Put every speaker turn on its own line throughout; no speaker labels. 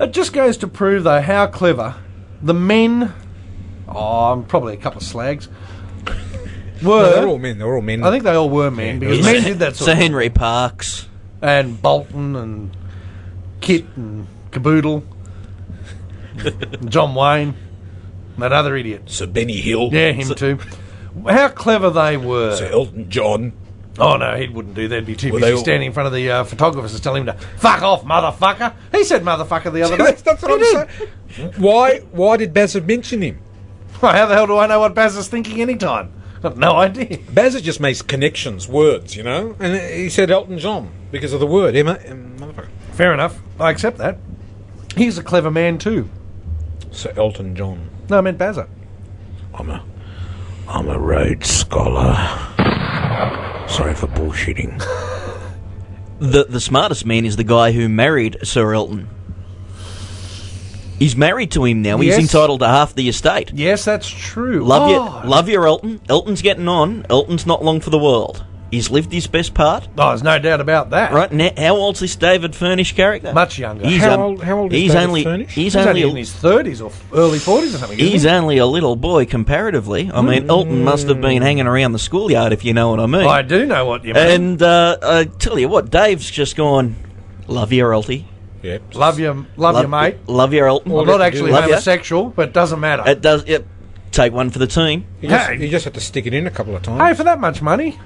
It just goes to prove, though, how clever the men. Oh, I'm probably a couple of slags. Were
they're all men. They're all men.
I think they all were men because men did that sort
Sir
of
Henry Parks.
and Bolton and Kit and Caboodle, and John Wayne, and that other idiot.
Sir Benny Hill.
Yeah, him too. How clever they were.
Sir Elton John.
Oh no, he wouldn't do that. He'd be too
Were
busy
they all-
standing in front of the uh, photographers and telling him to fuck off, motherfucker. He said motherfucker the other day.
That's what
He
I'm
did.
saying. Why? Why did Bassett mention him?
Well, how the hell do I know what Baz is thinking anytime? I've no idea.
Bassett just makes connections, words, you know. And he said Elton John because of the word. Emma, em- motherfucker.
Fair enough. I accept that. He's a clever man too.
Sir Elton John.
No, I meant Bazza.
I'm a, I'm a Rhodes scholar. Sorry for bullshitting.
The the smartest man is the guy who married Sir Elton. He's married to him now.
Yes.
He's entitled to half the estate.
Yes, that's true.
Love
Oh.
your love your Elton. Elton's getting on. Elton's not long for the world. He's lived his best part.
Oh, there's no doubt about that.
Right now, how old's this David Furnish character?
Much younger.
He's
How
um,
old- how old is
he's
David
only,
Furnish?
He's,
He's only
only,
in his thirties or early forties or something. isn't
he's
he?
only a little boy comparatively. I mean, Elton must have been hanging around the schoolyard, if you know what I mean.
I do know what you mean.
And uh, I tell you what, Dave's just gone. Love your Elty.
Yep.
love you, love, you, mate.
Love your Elton.
I'm not actually
Love ya.
homosexual, but it doesn't matter.
It does. It, take one for the team.
You just,
Hey.
you just had to stick it in a couple of
hey,
times.
for that much money,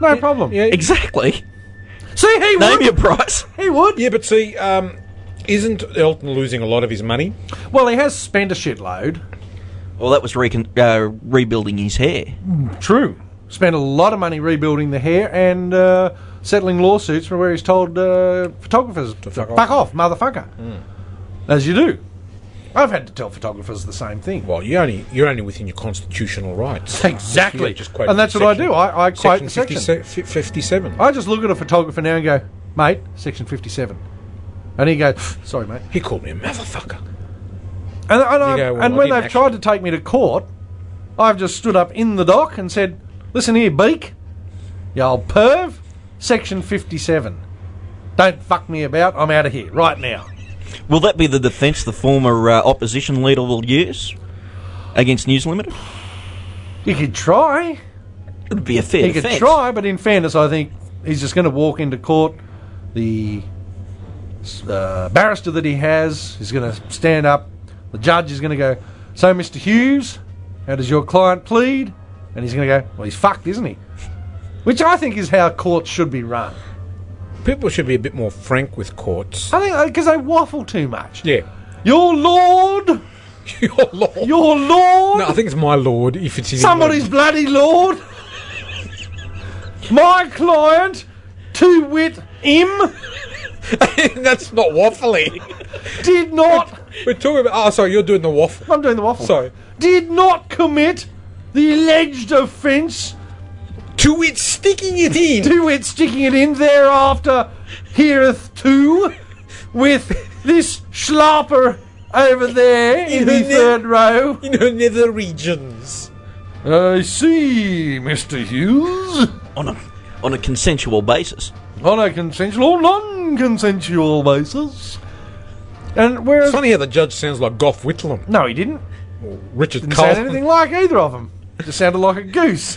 no problem.
yeah.
Exactly.
See, he
Name
would.
your price.
he would.
Yeah, but see, um, isn't Elton losing a lot of his money?
Well, he has spent a shitload.
Well, that was recon- uh, rebuilding his hair.
True. Spent a lot of money rebuilding the hair and uh, settling lawsuits from where he's told uh, photographers to
fuck Hmm.
fuck, off, motherfucker. As you do. I've had to tell photographers the same thing.
Well, you only you're only within your constitutional rights.
Exactly.
You just quote
and that's what I
section-
do. I, I quote
section,
the section.
50 se- fifty-seven.
I just look at a photographer now and go, mate, section 57. And he goes, sorry, mate.
He called me a motherfucker.
And, and, I,
go, well,
and
I
when
didn't
they've tried to take me to court, I've just stood up in the dock and said, listen here, Beak, you old perv, section 57. Don't fuck me about, I'm out of here right now.
Will that be the defence the former uh, opposition leader will use against News Limited?
He could try.
It'd be a fair
He could
defence.
try, but in fairness, I think he's just going to walk into court. The uh, barrister that he has is going to stand up. The judge is going to go, So, Mr. Hughes, how does your client plead? And he's going to go, Well, he's fucked, isn't he? Which I think is how courts should be run.
People should be a bit more frank with courts.
I think because they waffle too much.
Yeah.
Your lord!
Your lord.
Your lord!
no, I think it's my lord. If it's in
Somebody's
England.
bloody lord. My client, to wit, him,
that's not waffling.
did not.
We're talking about. Oh, sorry, you're doing the waffle.
I'm doing the waffle.
Sorry.
Did not commit the alleged offence
To it, sticking it in.
to wit, sticking it in thereafter, heareth to, with this schlapper over there in the
Isn't it?
third row.
In her nether regions.
I see, Mr. Hughes.
on a on a consensual basis.
on a consensual or non-consensual basis. And whereas
It's funny how the judge sounds like Gough Whitlam,
no, he didn't.
Richard
Didn't sound
Carlton.
anything like either of them. Just sounded like a goose,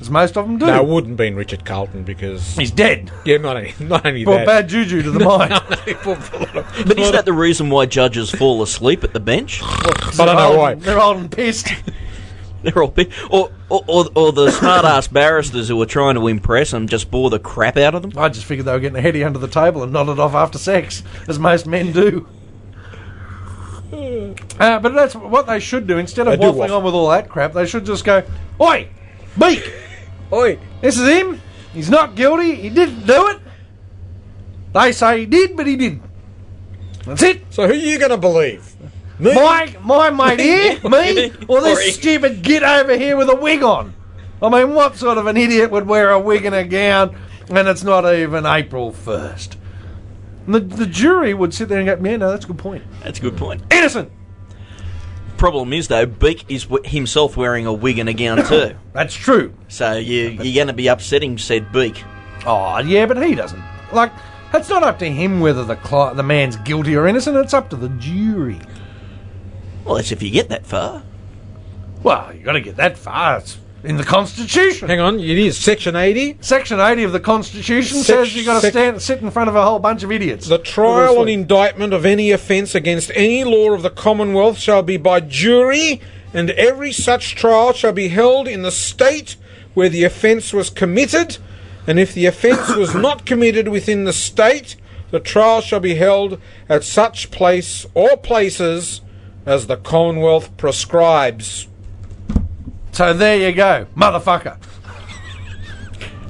as most of them do.
No, it wouldn't been Richard Carlton because
he's dead.
yeah, not only not only
Brought
that.
bad juju to the mind.
But is that the reason why judges fall asleep at the bench?
I don't know
Old-
why.
They're old and pissed.
They're all big, or, or or or the smart ass barristers who were trying to impress and just bore the crap out of them.
I just figured they were getting a heady under the table and nodded off after sex, as most men do. Uh, but that's what they should do. Instead of
They do
waffling
waffle.
on with all that crap, they should just go, Oi, Beak!
Oi,
This is him. He's not guilty. He didn't do it. They say he did, but he didn't. That's it.
so who are you going to believe? Me?
My my mate here, me, or this stupid git over here with a wig on. I mean, what sort of an idiot would wear a wig and a gown, and it's not even April first? The, the jury would sit there and go, "Yeah, no, that's a good point.
That's a good point.
Innocent.
Problem is though, Beak is w- himself wearing a wig and a gown too.
That's true."
So you you're going to be upsetting said Beak.
Oh yeah, but he doesn't. Like It's not up to him whether the cli- the man's guilty or innocent. It's up to the jury.
Well, that's if you get that far.
Well, you got to get that far. It's in the Constitution.
Hang on, it is Section 80.
Section 80 of the Constitution
Sec-
says you got to
sec-
stand sit in front of a whole bunch of idiots.
The trial
All
and
this
indictment of any offence against any law of the Commonwealth shall be by jury, and every such trial shall be held in the state where the offence was committed, and if the offence was not committed within the state, the trial shall be held at such place or places as the Commonwealth prescribes.
way. So there you go, motherfucker.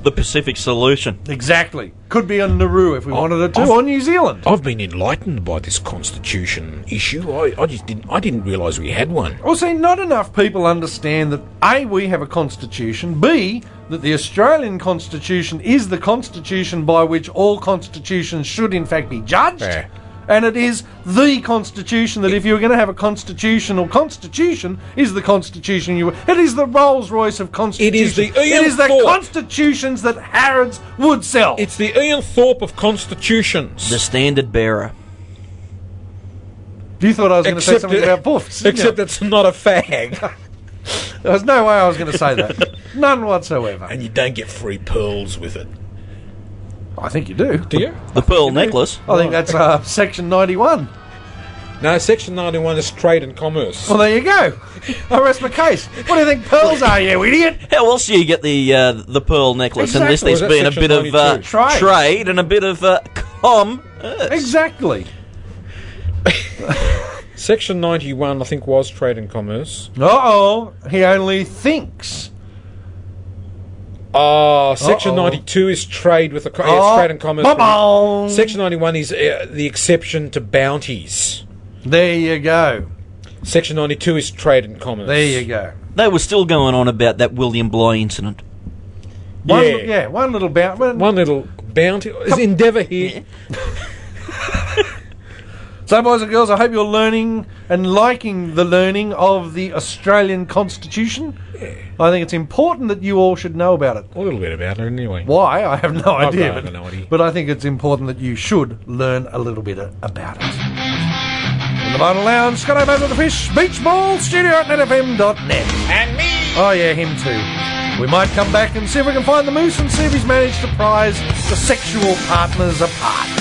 The Pacific solution.
Exactly. Could be on Nauru if we
Oh.
wanted it to,
I've-
or New Zealand.
I've been enlightened by this constitution issue. I, I just didn't I didn't realise we had one.
Also, not enough people understand that A, we have a constitution, B, that the Australian constitution is the constitution by which all constitutions should, in fact, be judged.
Yeah.
And it is the constitution that, if you were going to have a constitutional constitution, is the constitution you. It is the Rolls Royce of constitutions.
the E
It
Ian
is the
Thorpe.
constitutions that Harrods would sell.
It's the Ian Thorpe of constitutions.
The standard bearer.
you thought I was going to say something
it-
about buffs. didn't
Except
you?
it's not a fag.
there was no way I was going to say that. None whatsoever.
and you don't get free pearls with it.
I think you do.
Do you?
The pearl necklace.
I think that's uh, section 91.
No, Section 91 is trade and commerce.
Well, there you go. I rest my case. What do you think pearls are, you idiot?
How else do you get the uh, the pearl necklace unless
Exactly.
there's
Well,
been a
that's
bit of uh,
Section
Trade.
trade and a bit of uh, commerce?
Exactly.
Section 91, I think, was trade and commerce.
Uh oh, he only thinks.
Ah, Section
Uh-oh.
92 is trade with a co- yes,
Oh,
trade and commerce.
ba-bong.
Section 91 is uh, the exception to bounties.
There you go.
Section 92 is trade and commerce.
There you go.
They were still going on about that William Bligh incident.
One,
Yeah.
li- yeah, one little bounce.
One little bounty. Is Endeavour here?
So, boys and girls, I hope you're learning and liking the learning of the Australian Constitution. I think it's important that you all should know about it.
A little bit about it, anyway.
Why? I have no
I've
idea,
got- I've
but,
got no idea.
but I think it's important that you should learn a little bit a- about it. In the Vinyl Lounge, Scott over the Fish, Beach Ball, studio at netfm.net.
And me!
Oh, yeah, him too. We might come back and see if we can find the moose and see if he's managed to prize the sexual partners apart.